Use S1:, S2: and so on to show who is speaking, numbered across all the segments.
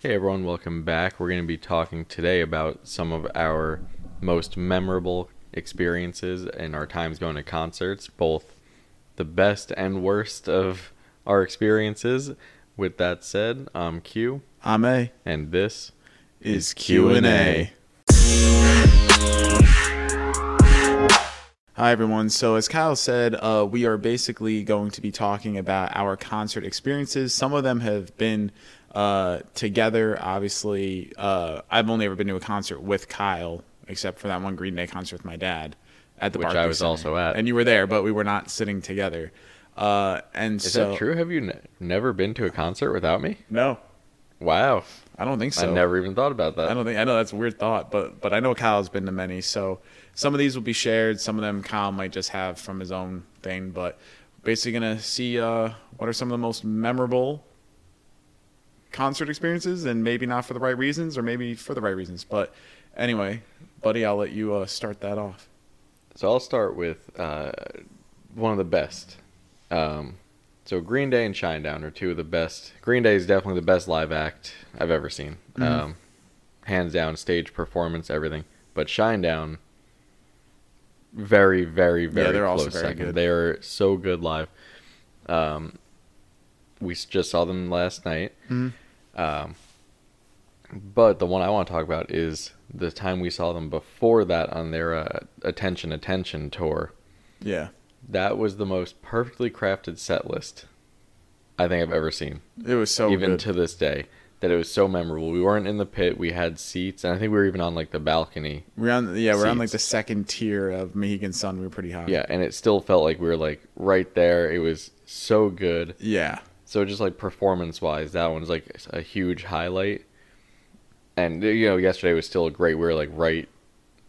S1: Hey everyone, welcome back. We're going to be talking today about some of our most memorable experiences and our times going to concerts, both the best and worst of our experiences. With that said, I'm Q,
S2: I'm A.
S1: and this
S2: Is
S1: Q&A.
S2: Q&A. Hi everyone. So as Kyle said, uh, we are basically going to be talking about our concert experiences. Some of them have been uh, together. Obviously, uh, I've only ever been to a concert with Kyle, except for that one Green Day concert with my dad at the
S1: Which I
S2: Barclays
S1: was
S2: Center.
S1: also at.
S2: and you were there, but we were not sitting together. Uh, and
S1: Is
S2: so
S1: that true? Have you ne- never been to a concert without me?
S2: No,
S1: Wow.
S2: I don't think so.
S1: I never even thought about that.
S2: I don't think I know that's a weird thought, but but I know Kyle's been to many, so some of these will be shared. Some of them Kyle might just have from his own thing, but basically gonna see uh, what are some of the most memorable concert experiences, and maybe not for the right reasons, or maybe for the right reasons. But anyway, buddy, I'll let you uh, start that off.
S1: So I'll start with uh, one of the best. Um, so Green Day and Shinedown are two of the best. Green Day is definitely the best live act I've ever seen.
S2: Mm-hmm.
S1: Um, hands down, stage performance, everything. But Shinedown, very, very, very
S2: they're
S1: close
S2: also very
S1: second.
S2: good.
S1: They are so good live. Um, we s- just saw them last night.
S2: Mhm.
S1: Um, but the one I want to talk about is the time we saw them before that on their uh, Attention Attention tour.
S2: Yeah,
S1: That was the most perfectly crafted set list I think I've ever seen,
S2: it was so
S1: even
S2: Oh, good.
S1: to this day. That it was so memorable. We weren't in the pit. We had seats, and I think we were even on like the balcony.
S2: we're on yeah, we're on like
S1: seats.
S2: the second tier of Mohegan Sun. We were pretty high.
S1: Yeah, and it still felt like we were like right there. It was so good.
S2: yeah,
S1: So just like performance wise, that one's like a huge highlight. And you know, yesterday was still great. We were like right,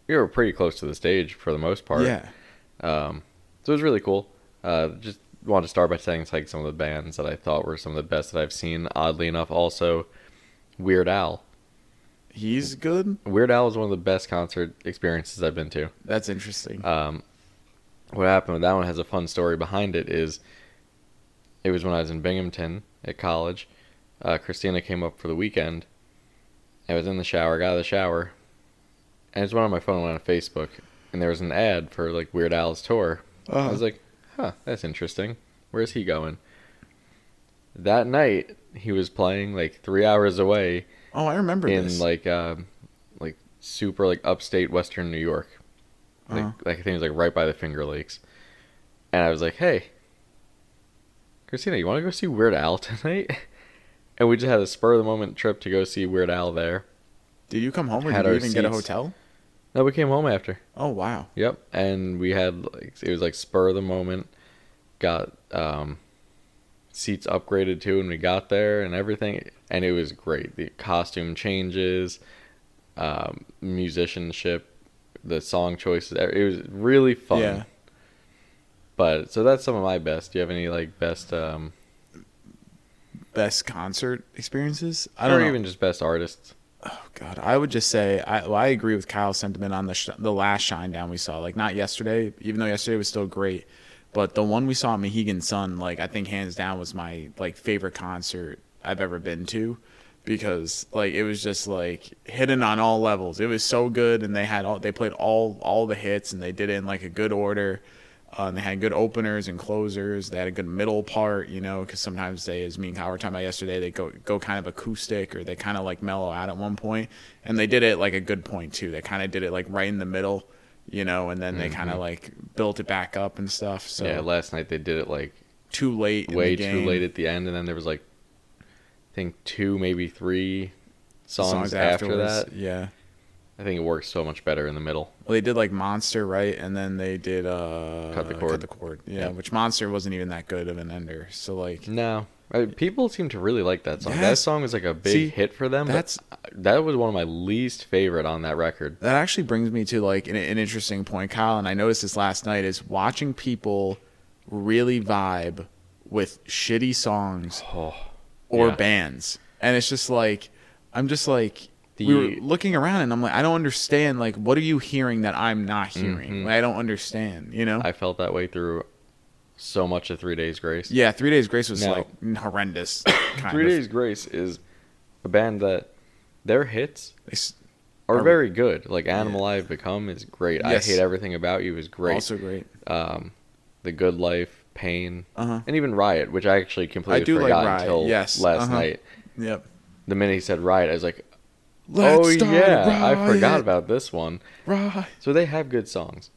S1: we were pretty close to the stage for the most part.
S2: yeah.
S1: Um, so it was really cool. Uh, just want to start by saying it's like some of the bands that I thought were some of the best that I've seen. Oddly enough, also Weird Al.
S2: He's good.
S1: Weird Al is one of the best concert experiences I've been to.
S2: That's interesting.
S1: Um, what happened with that one has a fun story behind it. Is it was when I was in Binghamton at college. Uh, Christina came up for the weekend. I was in the shower, got out of the shower, and I just went on my phone and went on Facebook, and there was an ad for like Weird Al's tour. I
S2: Uh-huh.
S1: was like, huh, that's interesting. Where's he going? That night, he was playing like three hours away
S2: oh, I remember
S1: in
S2: this.
S1: like um like super like upstate western New York. Like
S2: Uh-huh.
S1: like I think it was like right by the Finger Lakes. And I was like, Hey Christina, you wanna go see Weird Al tonight? And we just had a spur of the moment trip to go see Weird Al there.
S2: Did you come home or
S1: had
S2: did you
S1: our
S2: even get a
S1: seats.
S2: hotel?
S1: No, we came home after.
S2: Oh wow.
S1: Yep. And we had like it was like spur of the moment. Got um seats upgraded too when we got there and everything and it was great. The costume changes, um musicianship, the song choices. e, It was really fun.
S2: Yeah.
S1: But so that's some of my best. Do you have any like best um
S2: Best concert experiences? I
S1: or
S2: don't know.
S1: even just best artists?
S2: Oh god, I would just say I well, I agree with Kyle's sentiment on the sh- the last shine down we saw. Like not yesterday, even though yesterday was still great, but the one we saw at Mohegan Sun, like I think hands down was my like favorite concert I've ever been to because like it was just like hidden on all levels. It was so good and they had all they played all all the hits and they did it in like a good order. Uh, and they had good openers and closers. They had a good middle part, you know, because sometimes they, as me and Kyle were talking about yesterday, they go go kind of acoustic or they kind of like mellow out at one point. And they did it like a good point too. They kind of did it like right in the middle, you know, and then they kind of like built it back up and stuff. So
S1: Mm-hmm. Yeah, last night they did it like
S2: too late, in
S1: way
S2: the
S1: too
S2: game.
S1: late at the end, and then there was like, I think two, maybe three songs, after
S2: afterwards.
S1: that.
S2: Yeah.
S1: I think it works so much better in the middle.
S2: Well, they did like Monster, right? And then they did uh,
S1: Cut the Cord.
S2: Yeah,
S1: Yeah.
S2: which Monster wasn't even that good of an ender. So like,
S1: No, I- people seem to really like that song. That
S2: Yes.
S1: song was like a big
S2: See,
S1: hit for them. That's
S2: that's-
S1: that was one of my least favorite on that record.
S2: that actually brings me to like an, an interesting point, Kyle. And I noticed this last night is watching people really vibe with shitty songs
S1: Oh,
S2: or
S1: Yeah.
S2: bands, and it's just like, I'm just like.
S1: The-
S2: we were looking around and I'm like, I don't understand. Like, what are you hearing that I'm not hearing?
S1: Mhm.
S2: Like, I don't understand, you know?
S1: I felt that way through so much of Three Days Grace.
S2: yeah, Three Days Grace was
S1: Now-
S2: like horrendous. Kind
S1: Three
S2: of.
S1: Days Grace is a band that their hits
S2: They s-
S1: are
S2: Are-
S1: very good. Like Animal I've Become is great.
S2: Yes.
S1: I Hate Everything About You is great.
S2: also great.
S1: um, The Good Life, Pain,
S2: Uh-huh.
S1: and even Riot, which I actually completely
S2: do like
S1: forgot
S2: Riot,
S1: until
S2: yes,
S1: last
S2: uh-huh.
S1: night.
S2: Yep.
S1: The minute he said Riot, I was like,
S2: Let's
S1: oh
S2: start
S1: yeah, I
S2: riot,
S1: forgot about this one.
S2: riot.
S1: So they have good songs.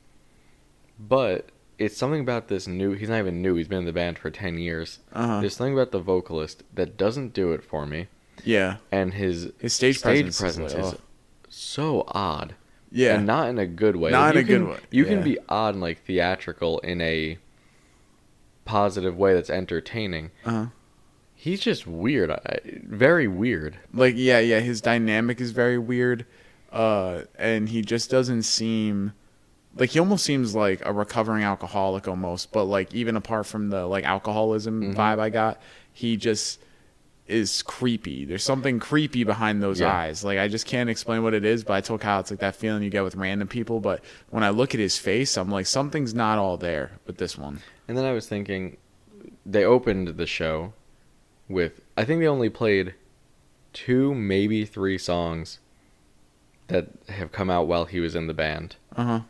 S1: But it's something about this new, he's not even new, he's been in the band for 10 years.
S2: Uh-huh.
S1: There's something about the vocalist that doesn't do it for me,
S2: Yeah.
S1: and his
S2: His stage,
S1: stage
S2: presence,
S1: presence is
S2: oh,
S1: so odd.
S2: yeah.
S1: and not in a good way.
S2: Not
S1: you
S2: in a good
S1: can-
S2: way,
S1: You
S2: yeah.
S1: can be odd and like theatrical in a positive way that's entertaining.
S2: Uh-huh.
S1: He's just weird, I- very weird.
S2: like yeah yeah his dynamic is very weird uh and he just doesn't seem like he almost seems like a recovering alcoholic almost but like even apart from the like alcoholism
S1: Mm-hmm.
S2: vibe i got he just is creepy there's something creepy behind those
S1: Yeah.
S2: eyes like i just can't explain what it is but i told kyle it's like that feeling you get with random people but when i look at his face i'm like something's not all there with this one
S1: And then I was thinking, they opened the show with I think they only played two, maybe three songs that have come out while he was in the band.
S2: uh-huh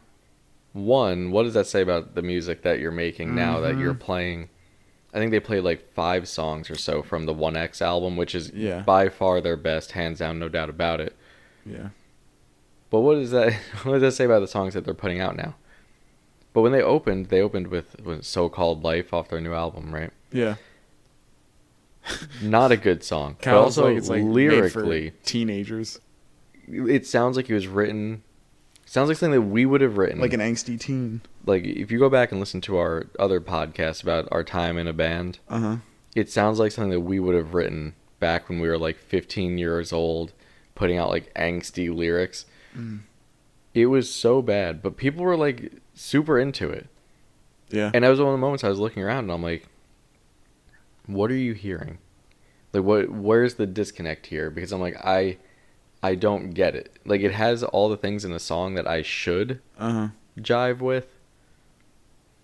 S1: One, what does that say about the music that you're making now that you're playing? I think they played like five songs or so from the One X album, which is
S2: Yeah.
S1: by far their best, hands down, no doubt about it.
S2: yeah
S1: But what does that what does that say about the songs that they're putting out now? But when they opened, they opened with, with "So Called Life" off their new album, right?
S2: yeah
S1: Not a good song. But
S2: Kyle's
S1: also
S2: like it's like made for
S1: lyrically,
S2: teenagers
S1: it sounds like it was written. Sounds like something that we would have written.
S2: like an angsty teen
S1: like if you go back and listen to our other podcast about our time in a band,
S2: uh-huh
S1: it sounds like something that we would have written back when we were like 15 years old, putting out like angsty lyrics.
S2: Mm.
S1: It was so bad, but people were like super into it.
S2: Yeah.
S1: And that was one of the moments I was looking around and I'm like, what are you hearing? Like what where's the disconnect here? Because I'm like, I I don't get it. Like it has all the things in the song that I should
S2: Uh huh.
S1: jive with,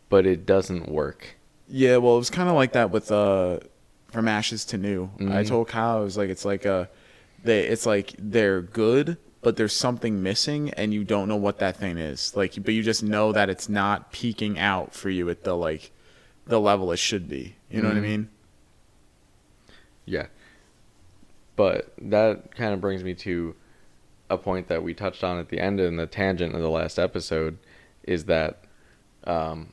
S1: but it doesn't work.
S2: Yeah. Well, it was kind of like that with uh, from ashes to new. I
S1: Mhm.
S2: told Kyle I was like, it's like a, they, it's like they're good, but there's something missing, and you don't know what that thing is. Like, but you just know that it's not peaking out for you at the like, the level it should be. You know what I
S1: Mhm.
S2: mean?
S1: Yeah. But that kind of brings me to a point that we touched on at the end in the tangent of the last episode is that um,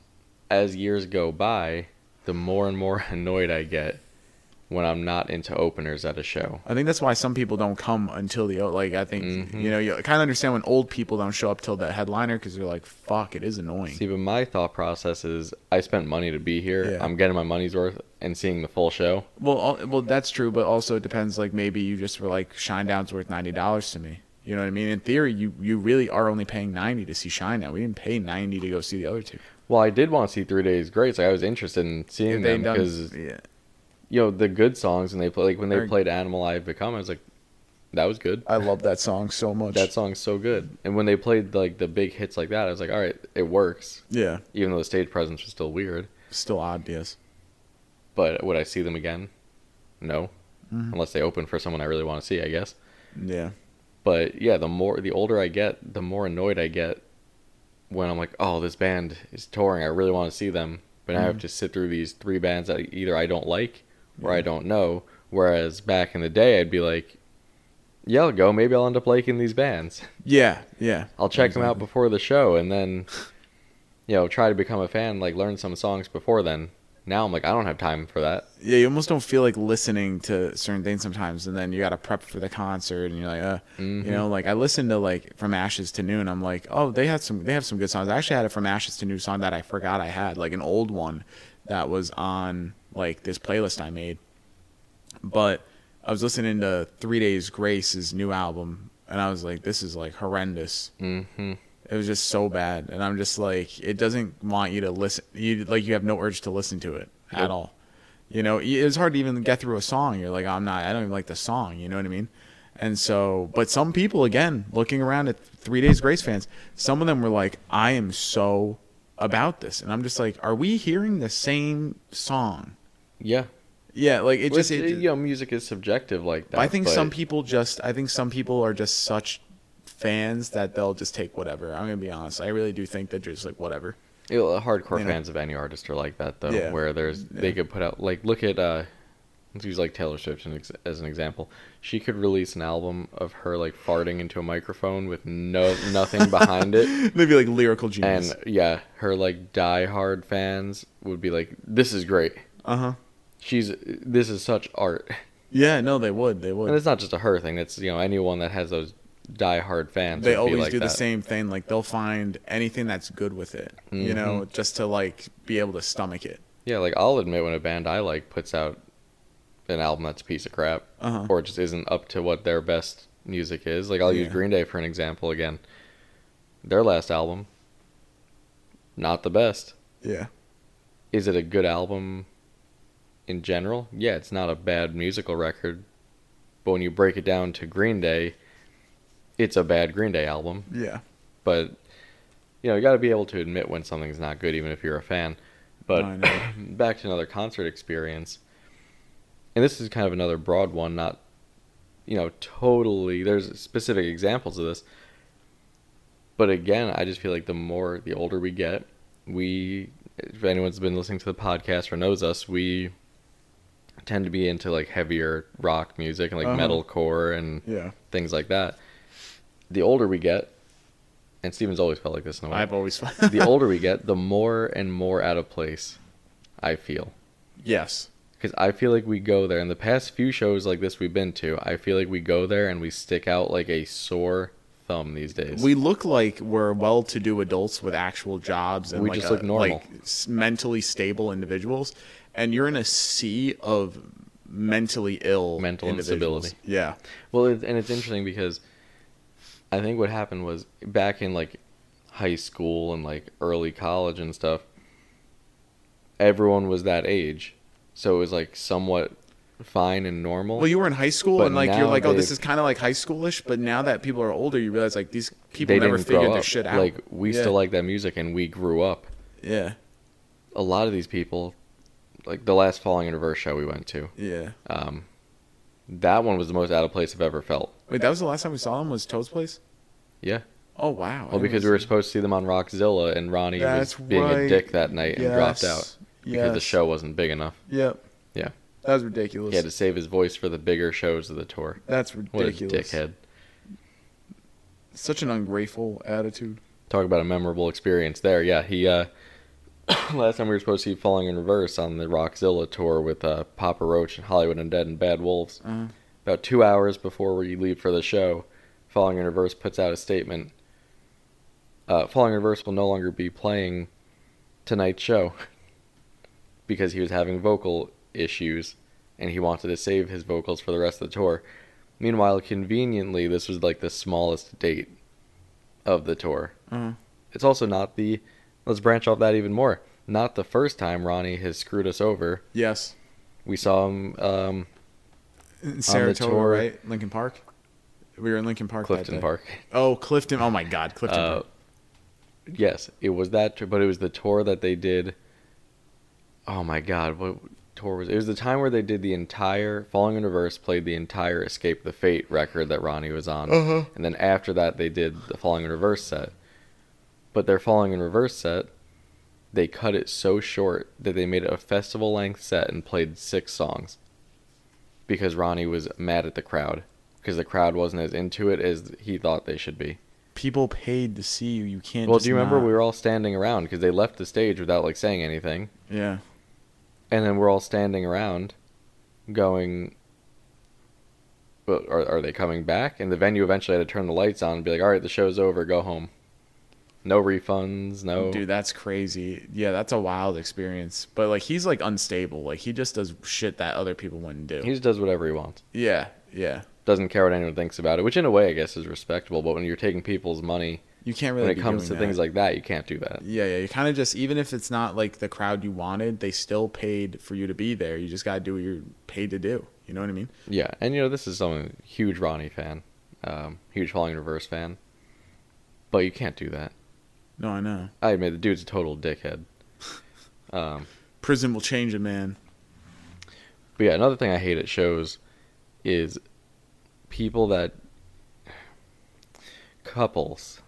S1: as years go by, the more and more annoyed I get when I'm not into openers at a show.
S2: I think that's why some people don't come until the like. I think
S1: Mhm.
S2: you know you kind of understand when old people don't show up till the headliner because they're like, fuck, it is annoying.
S1: See, but my thought process is I spent money to be here.
S2: Yeah.
S1: I'm getting my money's worth and seeing the full show.
S2: Well, all, well, that's true, but also it depends. Like maybe you just were like Shinedown's worth ninety dollars to me. You know what I mean? In theory, you you really are only paying ninety to see Shinedown. We didn't pay ninety to go see the other two.
S1: Well, I did want to see Three Days Grace. I was interested in seeing
S2: They
S1: them
S2: done-
S1: because
S2: yeah,
S1: you know the good songs and they play like when they
S2: Are-
S1: played Animal I've Become, I was like, that was good.
S2: I love that song so much.
S1: That song's so good. And when they played like the big hits like that, I was like, all right, it works.
S2: yeah,
S1: Even though the stage presence was still weird,
S2: still obvious.
S1: but would I see them again? No, unless they open for someone I really want to see, I guess.
S2: Yeah,
S1: But yeah, the more the older I get, the more annoyed I get when I'm like, oh, this band is touring. I really want to see them, but I have to sit through these three bands that either I don't like or I don't know. Whereas back in the day, I'd be like, yeah, I'll go. Maybe I'll end up liking these bands.
S2: yeah, yeah.
S1: I'll check them out before the show and then, you know, try to become a fan, like learn some songs before then. Now I'm like, I don't have time for that.
S2: Yeah, you almost don't feel like listening to certain things sometimes, and then you got to prep for the concert, and you're like, uh, you know, like I listened to like From Ashes to Noon. I'm like, oh, they had some, they have some good songs. I actually had a From Ashes to Noon song that I forgot I had, like an old one that was on like this playlist I made. But I was listening to Three Days Grace's new album, and I was like, this is like horrendous.
S1: Mm-hmm.
S2: It was just so bad, and I'm just like, it doesn't want you to listen. You like, you have no urge to listen to it at
S1: Yep.
S2: all. You know, y- it's hard to even get through a song. You're like, I'm not. I don't even like the song. You know what I mean? And so, but some people, again, looking around at Three Days Grace fans, some of them were like, I am so about this, and I'm just like, are we hearing the same song?
S1: Yeah.
S2: Yeah, like it just.
S1: Which, uh,
S2: It,
S1: you know, music is subjective like that.
S2: I think
S1: but
S2: some people just. I think some people are just such fans that they'll just take whatever. I'm gonna be honest. I really do think that just like whatever.
S1: you know, hardcore
S2: you know.
S1: fans of any artist are like that though,
S2: Yeah.
S1: where there's they could put out like look at uh, let's use like Taylor Swift an ex- as an example. She could release an album of her like farting into a microphone with no nothing behind it,
S2: Maybe like lyrical genius.
S1: and yeah, her like diehard fans would be like, "This is great.
S2: Uh huh.
S1: She's this is such art."
S2: Yeah, no, they would. They would.
S1: And it's not just a her thing. It's you know anyone that has those diehard fans.
S2: they
S1: would be
S2: always
S1: like
S2: do the
S1: that.
S2: same thing like they'll find anything that's good with it
S1: Mm-hmm.
S2: you know just to like be able to stomach it
S1: Yeah, like I'll admit when a band I like puts out an album that's a piece of crap
S2: Uh-huh.
S1: or just isn't up to what their best music is. Like I'll use
S2: Yeah.
S1: Green Day for an example again. Their last album, not the best.
S2: yeah
S1: Is it a good album in general? Yeah, it's not a bad musical record. But when you break it down to Green Day, it's a bad Green Day album.
S2: yeah
S1: but you know you got to be able to admit when something's not good even if you're a fan
S2: I
S1: but
S2: know.
S1: back to another concert experience and this is kind of another broad one not you know totally there's specific examples of this but again i just feel like the more the older we get we if anyone's been listening to the podcast or knows us we tend to be into like heavier rock music and like
S2: Uh-huh.
S1: metalcore and
S2: yeah
S1: things like that. The older we get, and Steven's always felt like this in a way.
S2: i've always found
S1: the older we get, the more and more out of place I feel.
S2: yes
S1: Because I feel like we go there, and the past few shows like this we've been to, I feel like we go there and we stick out like a sore thumb these days.
S2: we look like we're well-to-do adults with actual jobs and
S1: We
S2: like
S1: just
S2: a-
S1: look normal.
S2: like s- mentally stable individuals and you're in a sea of mentally ill
S1: Mental
S2: individuals.
S1: instability.
S2: yeah
S1: Well, it, and it's interesting because I think what happened was back in like high school and like early college and stuff, everyone was that age. So it was like somewhat fine and normal.
S2: well you were in high school
S1: But
S2: and like you're
S1: now
S2: like oh this
S1: they've-
S2: is kind of like high schoolish but now that people are older you realize like these people
S1: they
S2: never
S1: didn't grow
S2: figured
S1: up.
S2: their shit out
S1: Like we
S2: Yeah.
S1: still like that music and we grew up.
S2: yeah
S1: A lot of these people, like the last Falling in Reverse show we went to,
S2: yeah
S1: um, that one was the most out of place I've ever felt.
S2: Wait, that was the last time we saw him was Toad's place?
S1: Yeah.
S2: Oh wow.
S1: Well, because we were supposed to see them on Rockzilla, and Ronnie
S2: That's
S1: was being a
S2: right.
S1: dick that night and dropped out because the show wasn't big enough.
S2: Yep.
S1: Yeah.
S2: That was ridiculous.
S1: He had to save his voice for the bigger shows of the tour.
S2: That's
S1: What
S2: ridiculous.
S1: a dickhead!
S2: Such an ungrateful attitude.
S1: Talk about a memorable experience there. Yeah, he. uh Last time we were supposed to see Falling in Reverse on the Rockzilla tour with uh, Papa Roach and Hollywood Undead and Bad Wolves.
S2: Uh-huh.
S1: About two hours before we leave for the show, Falling in Reverse puts out a statement. Uh, Falling in Reverse will no longer be playing tonight's show because he was having vocal issues and he wanted to save his vocals for the rest of the tour. Meanwhile, conveniently, this was like the smallest date of the tour.
S2: Uh-huh.
S1: It's also not the. Let's branch off that even more. Not the first time Ronnie has screwed us over.
S2: Yes.
S1: We saw him um,
S2: In Saratoga,
S1: tour-
S2: right? Lincoln Park. We were in Lincoln Park. that
S1: Clifton
S2: day.
S1: Park.
S2: Oh, Clifton. Oh my God, Clifton.
S1: Uh,
S2: Park.
S1: yes, it was that, tour, but it was the tour that they did. Oh my God, what tour was it? It was the time where they did the entire Falling in Reverse, played the entire Escape the Fate record that Ronnie was on,
S2: Uh-huh.
S1: and then after that they did the Falling in Reverse set. But their Falling in Reverse set, they cut it so short that they made it a festival length set and played six songs. Because Ronnie was mad at the crowd, because the crowd wasn't as into it as he thought they should be.
S2: People paid to see you. You can't.
S1: Well,
S2: just
S1: do you remember
S2: not-
S1: we were all standing around because they left the stage without like saying anything,
S2: Yeah.
S1: and then we're all standing around, going. But are are they coming back? And the venue eventually had to turn the lights on and be like, "All right, the show's over. Go home." No refunds. No.
S2: Dude, that's crazy. Yeah, that's a wild experience. But like, he's like unstable. Like, he just does shit that other people wouldn't do.
S1: He just does whatever he wants.
S2: yeah. Yeah.
S1: Doesn't care what anyone thinks about it, which in a way I guess is respectable. But when you're taking people's money,
S2: You can't really.
S1: when it
S2: be
S1: comes
S2: doing
S1: to
S2: that.
S1: things like that, you can't do that.
S2: Yeah, yeah. You kind of just even if it's not like the crowd you wanted, they still paid for you to be there. You just gotta do what you're paid to do. You know what I mean?
S1: Yeah, and you know this is someone huge Ronnie fan, um, huge Falling in Reverse fan, but you can't do that.
S2: No, I know.
S1: I admit the dude's a total dickhead. Um,
S2: Prison will change a man.
S1: But yeah, another thing I hate at shows is people that couples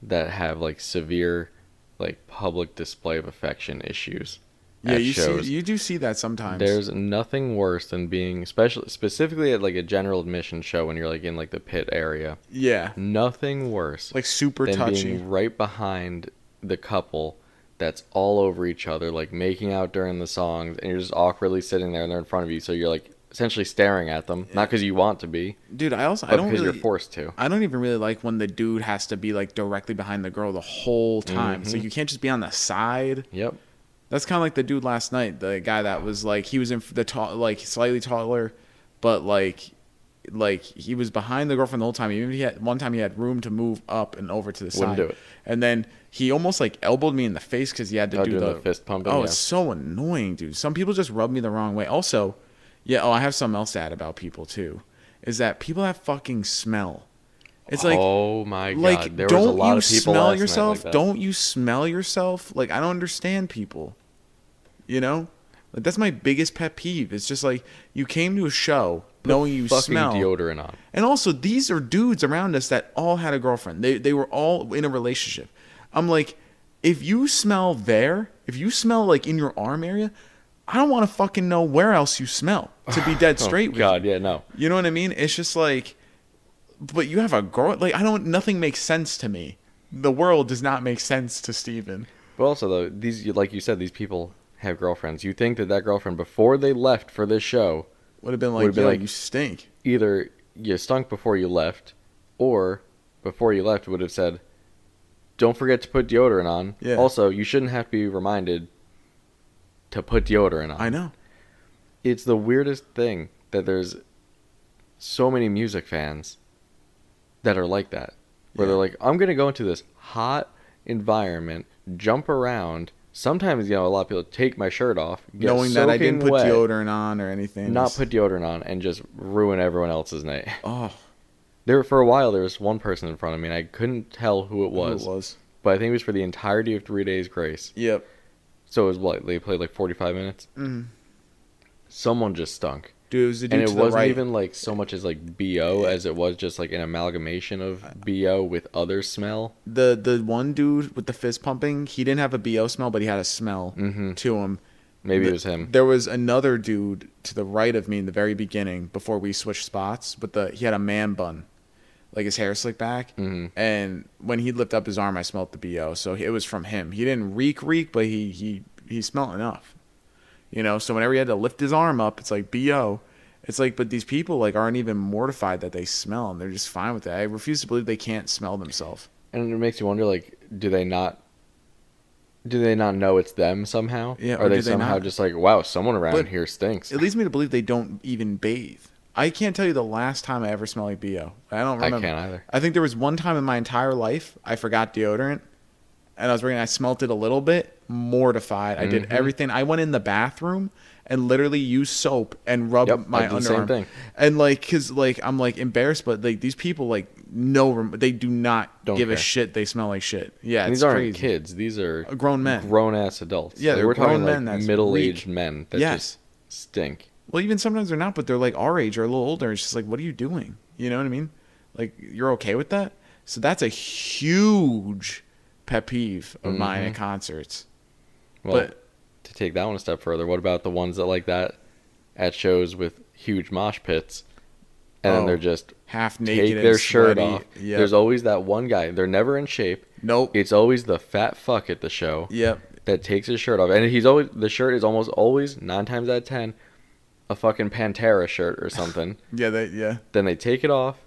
S1: that have like severe like public display of affection issues.
S2: Yeah,
S1: at
S2: you
S1: shows.
S2: see, you do see that sometimes.
S1: There's nothing worse than being especially specifically at like a general admission show when you're like in like the pit area.
S2: yeah,
S1: Nothing worse
S2: like super
S1: than
S2: touchy.
S1: being right behind the couple that's all over each other, like making out during the songs, and you're just awkwardly sitting there and they're in front of you, so you're like essentially staring at them, not because you want to be,
S2: Dude, I also I
S1: but
S2: don't
S1: because
S2: really
S1: you're forced to.
S2: I don't even really like when the dude has to be like directly behind the girl the whole time. So you can't just be on the side.
S1: Yep.
S2: That's kind of like the dude last night, the guy that was like he was in the tall, like slightly taller, but like, like he was behind the girlfriend the whole time. Even if he had one time he had room to move up and over to the
S1: Wouldn't
S2: side,
S1: do it.
S2: and then he almost like elbowed me in the face because he had to
S1: Oh,
S2: do
S1: doing
S2: the,
S1: the fist pumping,
S2: Oh,
S1: yeah.
S2: it's so annoying, dude. Some people just rub me the wrong way. Also, yeah. Oh, I have something else to add about people too, is that people have fucking smell. It's like
S1: oh my god,
S2: like
S1: there
S2: don't
S1: was a lot
S2: you
S1: of people last
S2: smell
S1: night
S2: yourself
S1: like that.
S2: don't you smell yourself like i don't understand people you know like that's my biggest pet peeve it's just like you came to a show knowing you
S1: fucking
S2: smell
S1: deodorant on.
S2: and also these are dudes around us that all had a girlfriend they, they were all in a relationship i'm like if you smell there if you smell like in your arm area i don't want to fucking know where else you smell to be dead
S1: Oh,
S2: straight with you.
S1: God, yeah, no.
S2: You know what I mean? It's just like, but you have a girl. Like I don't. Nothing makes sense to me. The world does not make sense to Steven.
S1: But also though, these like you said, these people have girlfriends. You think that that girlfriend before they left for this show
S2: Would have been like,
S1: Would've been
S2: "Yo,
S1: like-
S2: you stink.
S1: either you stunk before you left, or before you left would have said, "Don't forget to put deodorant on."
S2: Yeah.
S1: Also, you shouldn't have to be reminded to put deodorant on.
S2: I know.
S1: It's the weirdest thing that there's so many music fans that are like that, where
S2: Yeah.
S1: they're like, "I'm gonna go into this hot environment, jump around." Sometimes you know a lot of people take my shirt off, get
S2: Knowing that I
S1: soaking
S2: didn't put
S1: wet,
S2: deodorant on or anything.
S1: not
S2: It's-
S1: put deodorant on, and just ruin everyone else's night.
S2: Oh,
S1: There for a while there was one person in front of me and I couldn't tell who it
S2: who
S1: was.
S2: it was.
S1: But I think it was for the entirety of Three Days Grace.
S2: Yep.
S1: So it was what they played like forty five minutes.
S2: Mhm.
S1: Someone just stunk.
S2: Dude, it was the dude
S1: and it
S2: to
S1: wasn't
S2: the right.
S1: even like so much as like BO as it was just like an amalgamation of BO with other smell.
S2: the the one dude with the fist pumping. He didn't have a bo smell, but he had a smell
S1: Mhm.
S2: to him.
S1: Maybe
S2: The-
S1: it was him.
S2: There was another dude to the right of me in the very beginning before we switched spots, but the he had a man bun, like his hair slicked back.
S1: Mhm.
S2: And when he lift up his arm, I smelled the bo, so it was from him. He didn't reek reek, but he he he smelled enough, you know. So whenever he had to lift his arm up, it's like bo. It's like, but these people like aren't even mortified that they smell, and they're just fine with it. I refuse to believe they can't smell themselves.
S1: And it makes you wonder like do they not do they not know it's them somehow?
S2: Yeah,
S1: Are
S2: or
S1: they,
S2: do they
S1: somehow
S2: not?
S1: just like, wow, someone around
S2: But-
S1: here stinks?
S2: It leads me to believe they don't even bathe. I can't tell you the last time I ever smelled like bo. I don't
S1: I
S2: remember.
S1: can't either.
S2: I think there was one time in my entire life I forgot deodorant, and I was bringing. I smelt it a little bit, mortified. I
S1: Mm-hmm.
S2: did everything. I went in the bathroom and literally used soap and rubbed
S1: Yep, I
S2: my
S1: did
S2: underarm.
S1: the same thing.
S2: And like, cause like I'm like embarrassed, but like these people like no, rem- they do not
S1: Don't
S2: give a
S1: care.
S2: shit. They smell like shit. Yeah,
S1: And
S2: it's
S1: these aren't
S2: crazy.
S1: kids. These are
S2: Uh, grown men.
S1: grown ass adults.
S2: Yeah,
S1: Like,
S2: they're
S1: we're talking
S2: grown men
S1: like
S2: that
S1: middle-aged men that
S2: Yes.
S1: just stink.
S2: Well, even sometimes they're not, but they're like our age or a little older. It's just like, what are you doing? You know what I mean? Like, you're okay with that? So that's a huge pet peeve of mine
S1: Mm-hmm.
S2: at concerts.
S1: Well,
S2: But-
S1: to take that one a step further, what about the ones that like that at shows with huge mosh pits, and then
S2: Oh,
S1: they're just
S2: Half naked,
S1: take
S2: and
S1: their shirt
S2: sweaty.
S1: off?
S2: Yep.
S1: There's always that one guy. They're never in shape.
S2: nope.
S1: It's always the fat fuck at the show
S2: yep.
S1: that takes his shirt off, and he's always the shirt is almost always nine times out of ten a fucking Pantera shirt or something.
S2: Yeah. They, yeah.
S1: then they take it off.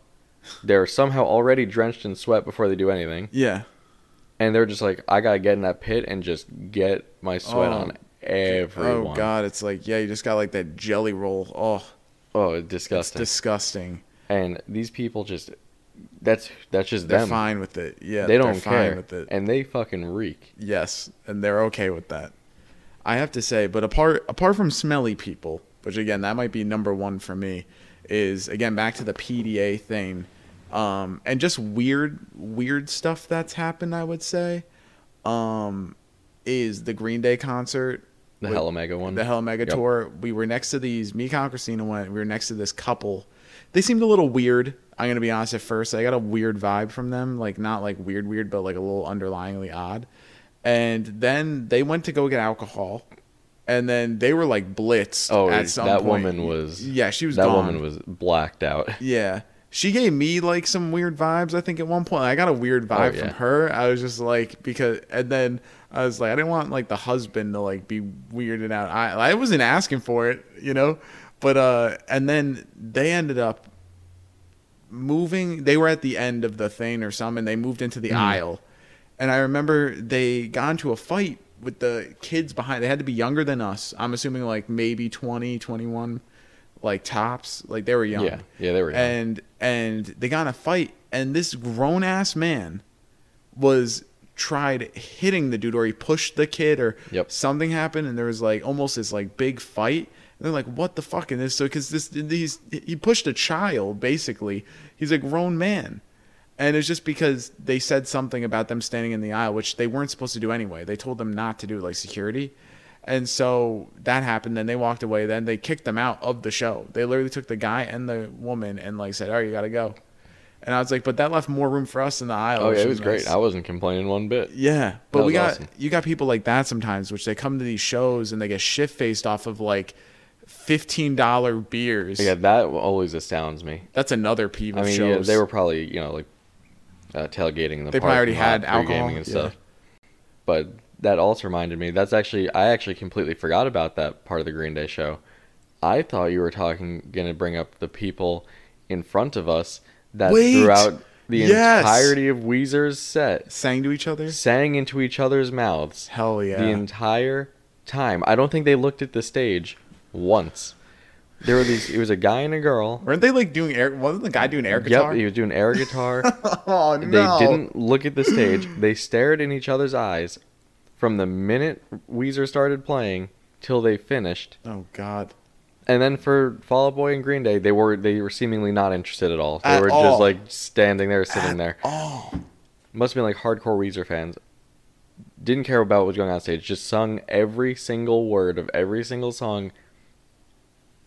S1: They're somehow already drenched in sweat before they do anything.
S2: Yeah.
S1: and they're just like, I gotta get in that pit and just get my sweat
S2: Oh,
S1: on everyone.
S2: Oh God, it's like yeah, you just got like that jelly roll. Oh,
S1: Oh, it's
S2: that's
S1: disgusting.
S2: disgusting.
S1: and these people just, that's that's just
S2: They're
S1: them.
S2: fine with it. Yeah.
S1: they
S2: they're
S1: don't
S2: fine
S1: care,
S2: with it.
S1: and they fucking reek.
S2: Yes, and they're okay with that. I have to say, but apart apart from smelly people, which again that might be number one for me, is again back to the PDA thing, um, and just weird weird stuff that's happened. I would say, um, is the Green Day concert
S1: The
S2: Wait,
S1: Hella Mega one.
S2: the Hell Mega
S1: Yep.
S2: Tour. We were next to these. Me, Kyle, and Christina went. We were next to this couple. They seemed a little weird. I'm gonna be honest. At first, I got a weird vibe from them. Like not like weird, weird, but like a little underlyingly odd. And then they went to go get alcohol, and then they were like blitzed.
S1: Oh,
S2: at some
S1: that
S2: point.
S1: woman was.
S2: Yeah, she was
S1: That
S2: gone.
S1: woman was blacked out.
S2: Yeah. She gave me like some weird vibes, I think, at one point. I got a weird vibe
S1: yeah.
S2: from her. I was just like, because, and then I was like, I didn't want like the husband to like be weirded out. I, I wasn't asking for it, you know? But, uh, and then they ended up moving they were at the end of the thing or something and they moved into the aisle and i remember they got into a fight with the kids behind they had to be younger than us i'm assuming like maybe 20 21 like tops like they were young
S1: Yeah. Yeah, they were young.
S2: and and they got in a fight and this grown-ass man was tried hitting the dude or he pushed the kid or
S1: Yep.
S2: something happened and there was like almost this like big fight and they're like what the fuck is this so because this these he pushed a child basically he's a grown man and it's just because they said something about them standing in the aisle which they weren't supposed to do anyway they told them not to do like security and so that happened then they walked away then they kicked them out of the show they literally took the guy and the woman and like said all right you gotta go and i was like but that left more room for us in the aisle
S1: Oh yeah,
S2: which
S1: it was great.
S2: nice.
S1: I wasn't complaining one bit.
S2: Yeah, but
S1: That
S2: we
S1: was
S2: got
S1: awesome.
S2: you got people like that sometimes, which they come to these shows and they get shit faced off of like fifteen dollar beers.
S1: Yeah, that always astounds me.
S2: that's another peeve
S1: I
S2: of
S1: mean, yeah,
S2: shows.
S1: they were probably you know like uh, tailgating in the
S2: They probably
S1: parking
S2: already
S1: lot,
S2: had
S1: pre-gaming
S2: alcohol,
S1: and
S2: yeah.
S1: stuff. But that also reminded me. That's actually I actually completely forgot about that part of the Green Day show. I thought you were talking going to bring up the people in front of us that
S2: Wait!
S1: throughout the
S2: Yes!
S1: entirety of Weezer's set
S2: sang to each other.
S1: sang into each other's mouths
S2: Hell yeah!
S1: the entire time. I don't think they looked at the stage once. There were these. It was a guy and a girl.
S2: Weren't they like doing air? Wasn't the guy doing air
S1: Yep,
S2: guitar?
S1: he was doing air guitar.
S2: oh
S1: they
S2: no!
S1: didn't look at the stage. They stared in each other's eyes from the minute Weezer started playing till they finished.
S2: Oh god!
S1: And then for Fall Out Boy and Green Day, they were they were seemingly not interested at all. They
S2: At
S1: were
S2: all.
S1: just like standing there, sitting there.
S2: Oh,
S1: Must have been like hardcore Weezer fans. Didn't care about what was going on stage. Just sung every single word of every single song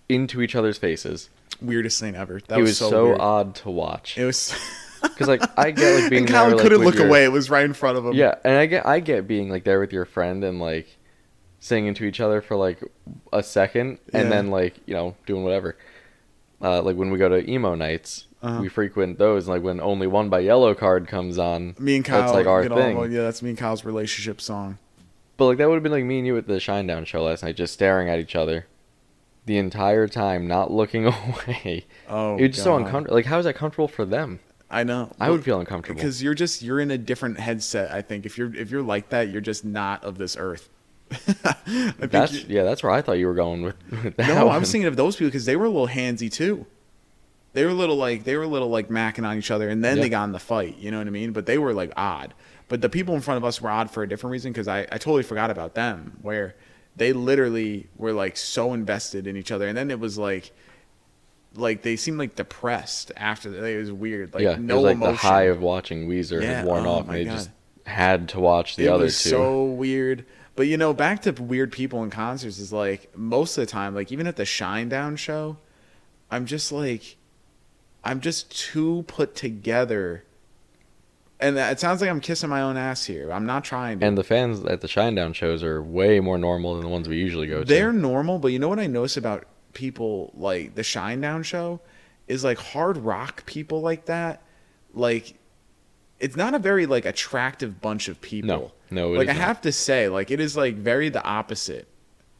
S1: into each other's faces.
S2: weirdest thing ever. That
S1: it
S2: was,
S1: was
S2: so,
S1: so
S2: weird.
S1: odd to watch.
S2: It was.
S1: Because like I get like being
S2: and Colin
S1: there, like,
S2: couldn't
S1: with
S2: look
S1: your-
S2: away. It was right in front of him.
S1: Yeah, and I get I get being like there with your friend and like singing to each other for like a second
S2: Yeah.
S1: and then like, you know, doing whatever. Uh, like when we go to emo nights,
S2: Uh-huh.
S1: we frequent those and like when only one by yellow card comes on,
S2: Me and Kyle.
S1: that's like our
S2: get
S1: thing.
S2: On, yeah, that's me and Kyle's relationship song.
S1: But like that would have been like me and you at the Shinedown show last night just staring at each other the entire time, not looking away.
S2: Oh,
S1: it was just so
S2: God.
S1: uncomfortable. Like how is that comfortable for them?
S2: I know.
S1: I would feel uncomfortable.
S2: because you're just you're in a different headset. I think if you're if you're like that, you're just not of this earth. I think
S1: That's
S2: you-
S1: yeah, that's where I thought you were going with, with that.
S2: no. I'm
S1: one.
S2: thinking of those people because they were a little handsy too. They were a little like they were a little like macking on each other, and then they
S1: Yeah.
S2: got in the fight. You know what I mean? But they were like odd. But the people in front of us were odd for a different reason because I, I totally forgot about them. Where they literally were like so invested in each other, and then it was like, like they seemed like depressed after. that. It was weird. Like
S1: yeah,
S2: no
S1: it was like
S2: emotion.
S1: the high of watching Weezer
S2: Yeah,
S1: had worn
S2: oh
S1: off,
S2: my
S1: and they
S2: God.
S1: just had to watch the
S2: it
S1: other two.
S2: was so weird. But you know, back to weird people in concerts is like most of the time, like even at the Shinedown show, I'm just like, I'm just too put together. And that- it sounds like I'm kissing my own ass here. I'm not trying to.
S1: and the fans at the Shinedown shows are way more normal than the ones we usually go to.
S2: They're normal, but you know what I notice about people like the Shinedown show is like hard rock people like that. Like, it's not a very like attractive bunch of people.
S1: No, no, it
S2: like
S1: is
S2: I
S1: not.
S2: have to say, like it is like very the opposite.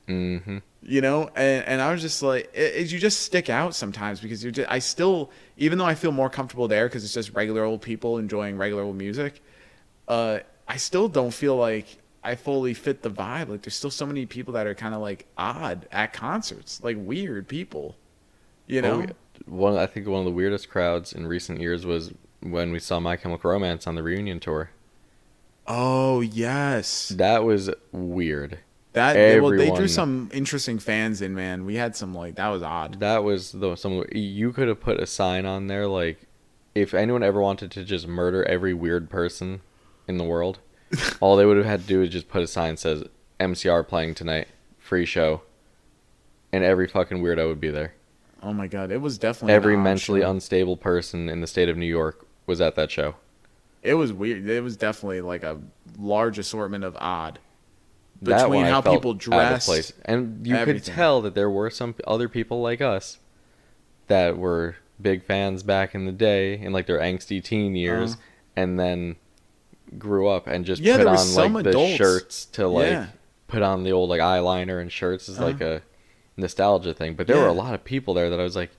S1: Mhm.
S2: you know and and i was just like it, it- you just stick out sometimes because you're just i still even though i feel more comfortable there because it's just regular old people enjoying regular old music uh i still don't feel like i fully fit the vibe like there's still so many people that are kind of like odd at concerts like weird people you know
S1: Oh, yeah. one I think one of the weirdest crowds in recent years was when we saw My Chemical Romance on the reunion tour.
S2: oh yes
S1: That was weird.
S2: that they, well, they drew
S1: Everyone-
S2: some interesting fans in man we had some like that was odd
S1: That was the some you could have put a sign on there like if anyone ever wanted to just murder every weird person in the world, all they would have had to do is just put a sign that says MCR playing tonight. free show, and every fucking weirdo would be there.
S2: Oh my god, it was definitely an
S1: every
S2: odd
S1: mentally
S2: show.
S1: unstable person in the state of New York was at that show.
S2: it was weird. It was definitely like a large assortment of odd.
S1: that
S2: Between
S1: one I
S2: how
S1: felt
S2: people
S1: out of
S2: dressed,
S1: place. and you could
S2: everything.
S1: tell that there were some other people like us that were big fans back in the day in like their angsty teen years,
S2: Uh-huh.
S1: and then grew up and just
S2: Yeah,
S1: put
S2: there
S1: on
S2: was some
S1: like the
S2: adults.
S1: shirts to like
S2: Yeah. Uh-huh.
S1: put on the old like eyeliner and shirts is like a nostalgia thing. But there were a
S2: Yeah.
S1: lot of people there that I was like.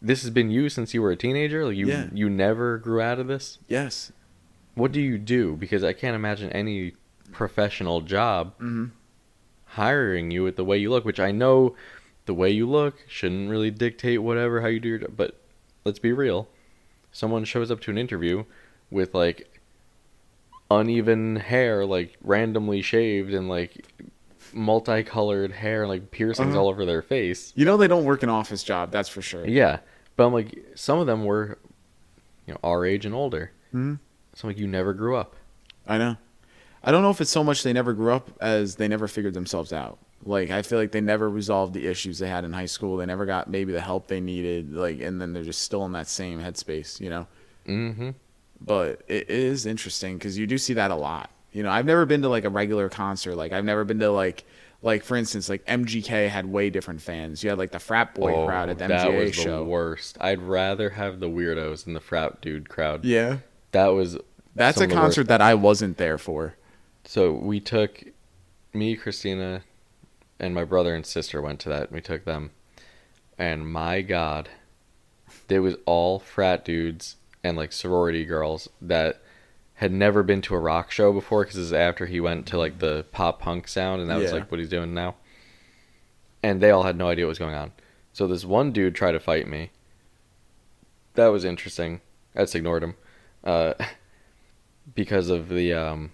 S1: This has been you since you were a teenager. Like you,
S2: Yeah.
S1: you never grew out of this.
S2: Yes.
S1: what do you do? Because I can't imagine any professional job
S2: Mhm.
S1: hiring you with the way you look, which I know the way you look shouldn't really dictate whatever how you do your job. But let's be real. Someone shows up to an interview with like uneven hair, like randomly shaved and like multicolored hair and like piercings
S2: Uh-huh.
S1: all over their face.
S2: You know they don't work an office job, that's for sure.
S1: Yeah, but I'm like, some of them were, you know, our age and older.
S2: Mhm.
S1: So I'm like, you never grew up.
S2: I know. I don't know if it's so much they never grew up as they never figured themselves out. Like I feel like they never resolved the issues they had in high school. They never got maybe the help they needed. Like and then they're just still in that same headspace, you know.
S1: Mm-hmm.
S2: But it is interesting because you do see that a lot. You know, I've never been to like a regular concert. Like I've never been to like like for instance, like MGK had way different fans. You had like the frat boy crowd at the
S1: Oh, that
S2: MGA
S1: was
S2: show.
S1: the worst. I'd rather have the weirdos than the frat dude crowd.
S2: Yeah.
S1: That was
S2: That's
S1: some
S2: a
S1: of the worst.
S2: concert that I wasn't there for.
S1: So we took me, Christina, and my brother and sister went to that. We took them, and my God, it was all frat dudes and like sorority girls that had never been to a rock show before. Because this is after he went to like the pop punk sound, and that was
S2: Yeah.
S1: like what he's doing now. And they all had no idea what was going on. So this one dude tried to fight me. That was interesting. I just ignored him, uh, because of the um,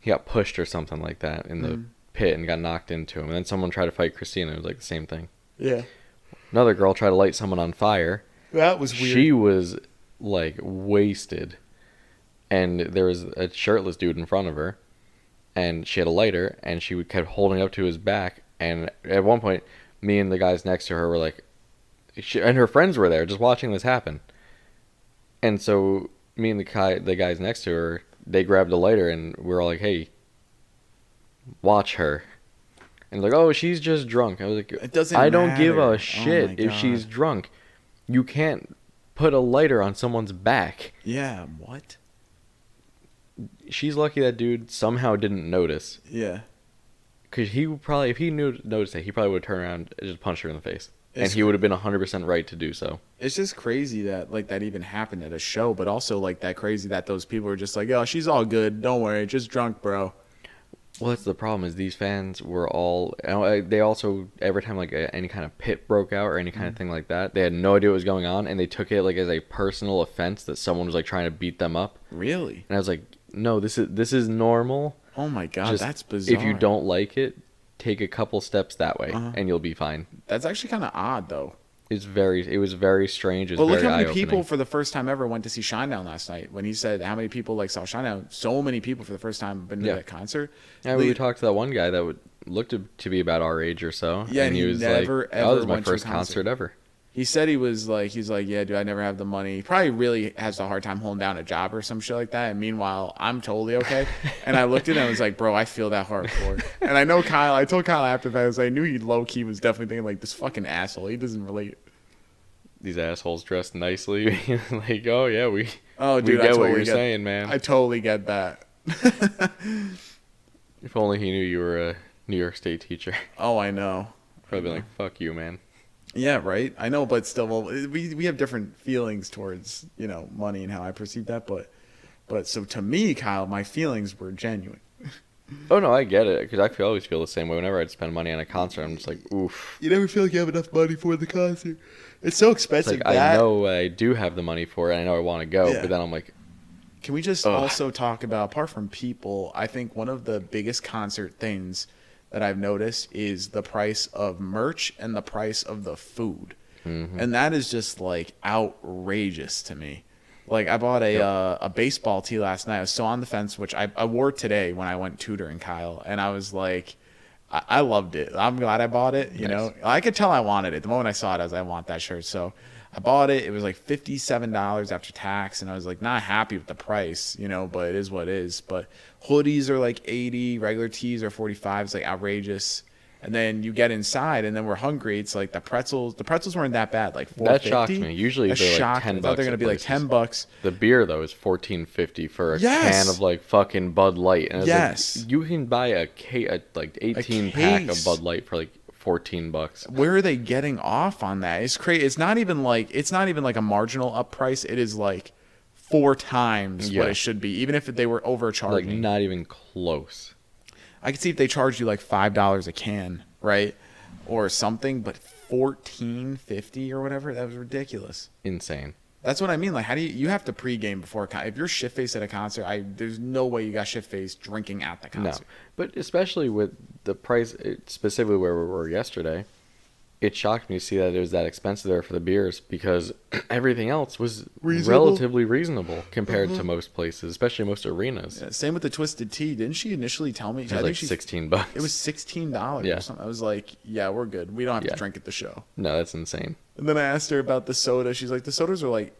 S1: he got pushed or something like that in the pit and got knocked into him. And then someone tried to fight Christina. It was like the same thing.
S2: Yeah.
S1: Another girl tried to light someone on fire.
S2: That was
S1: She was like wasted. And there was a shirtless dude in front of her. And she had a lighter and she kept holding up to his back. And at one point, me and the guys next to her were like, she, and her friends were there just watching this happen. And so me and the guy, the guys next to her, they grabbed a lighter and we were all like, "Hey, watch her." And like, "Oh, she's just drunk." I was like,
S2: It doesn't
S1: I don't give
S2: matter. Oh
S1: a
S2: my
S1: shit if
S2: God.
S1: she's drunk. You can't put a lighter on someone's back.
S2: Yeah, what?
S1: She's lucky that dude somehow didn't notice.
S2: Yeah.
S1: Cause he would probably, if he knew noticed it, he probably would turn around and just punch her in the face, and
S2: It's
S1: he would have been hundred percent right to do so.
S2: It's just crazy that like that even happened at a show, but also like that crazy that those people were just like, "Oh, she's all good. Don't worry. Just drunk, bro."
S1: Well, that's the problem. Is these fans were all and, uh, they also every time like a, any kind of pit broke out or any kind
S2: Mm.
S1: of thing like that, they had no idea what was going on, and they took it like as a personal offense that someone was like trying to beat them up.
S2: Really?
S1: And I was like, no, this is this is normal.
S2: Oh my god,
S1: Just
S2: that's bizarre.
S1: If you don't like it, take a couple steps that way,
S2: Uh-huh.
S1: and you'll be fine.
S2: That's actually kind of odd though.
S1: It's very it was very strange. It's
S2: But look
S1: very
S2: how many
S1: eye-opening.
S2: people for the first time ever went to see Shinedown last night. When he said how many people like saw Shinedown, so many people for the first time have been to
S1: Yeah.
S2: that concert.
S1: Yeah, we
S2: Like,
S1: talked to that one guy that would, looked to, to be about our age or so.
S2: Yeah, and he never,
S1: like, "Oh,
S2: ever
S1: this is my
S2: went to a
S1: first concert
S2: concert."
S1: ever."
S2: He said he was like, he's like, yeah, dude, I never have the money. He probably really has a hard time holding down a job or some shit like that. And meanwhile, I'm totally okay. and I looked at him and was like, bro, I feel that hardcore. and I know Kyle, I told Kyle after that, I was like, I knew he low key was definitely thinking, like, this fucking asshole. He doesn't relate.
S1: these assholes dressed nicely. like, oh yeah, we
S2: Oh,
S1: we
S2: dude, I
S1: get
S2: totally
S1: what you're
S2: get,
S1: saying, man.
S2: I totally get that.
S1: if only he knew you were a New York State teacher,
S2: Oh, I know.
S1: probably been like,
S2: Mm-hmm.
S1: fuck you, man.
S2: Yeah, right. I know, but still, well, we we have different feelings towards you know money and how I perceive that, but but so to me, Kyle, my feelings were genuine.
S1: Oh no, I get it because I feel, always feel the same way. Whenever I'd spend money on a concert, I'm just like, oof.
S2: You never feel like you have enough money for the concert. It's so
S1: It's
S2: expensive.
S1: like
S2: that-
S1: I know I do have the money for it, and I know I want to go,
S2: Yeah.
S1: but then I'm like,
S2: Can we just
S1: Ugh.
S2: also talk about apart from people? I think one of the biggest concert things that I've noticed is the price of merch and the price of the food,
S1: Mm-hmm.
S2: and that is just like outrageous to me. Like I bought a uh, a baseball tee last night. I was so on the fence, which I, I wore today when I went tutoring Kyle, and I was like. I, I loved it. I'm glad I bought it. You know, I could tell I wanted it the moment I saw it. I was, like, I want that shirt. So I bought it. It was like fifty seven dollars after tax, and I was like not happy with the price. You know, but it is what it is. But hoodies are like eighty, regular tees are forty five. It's like outrageous. And then you get inside, and then we're hungry. It's like the pretzels. The pretzels weren't that bad. Like four
S1: That
S2: fifty.
S1: shocked me. Usually they're like 10
S2: I thought
S1: bucks
S2: they're gonna
S1: at
S2: be like
S1: places.
S2: ten bucks.
S1: The beer though is fourteen fifty for a
S2: Yes!
S1: can of like fucking Bud Light. And it's like,
S2: Yes.
S1: you can buy a ca- a, like eighteen pack of
S2: case.
S1: Bud Light for like fourteen bucks.
S2: where are they getting off on that? It's crazy. It's not even like it's not even like a marginal up price. It is like four times
S1: Yeah.
S2: what it should be, even if they were
S1: Like
S2: overcharging.
S1: not even close.
S2: I could see if they charged you like five dollars a can, right, or something, but fourteen fifty or whatever. That was ridiculous.
S1: Insane.
S2: That's what I mean. Like, how do you you have to pregame before a con- if you're shit faced at a concert? I there's no way you got shit faced drinking at the
S1: No,
S2: concert.
S1: but especially with the price, it- specifically where we were yesterday, it shocked me to see that it was that expensive there for the beers because everything else was
S2: Reasonable. Mm-hmm.
S1: relatively reasonable compared to most places, especially most arenas.
S2: Yeah, Uh, Same with the twisted tea. Didn't she initially tell me?
S1: It was like
S2: she,
S1: sixteen bucks.
S2: It was sixteen dollars
S1: Yeah.
S2: or something. I was like, yeah, we're good. We don't have
S1: Yeah.
S2: to drink at the show.
S1: no, that's insane.
S2: And then I asked her about the soda. She's like, the sodas are like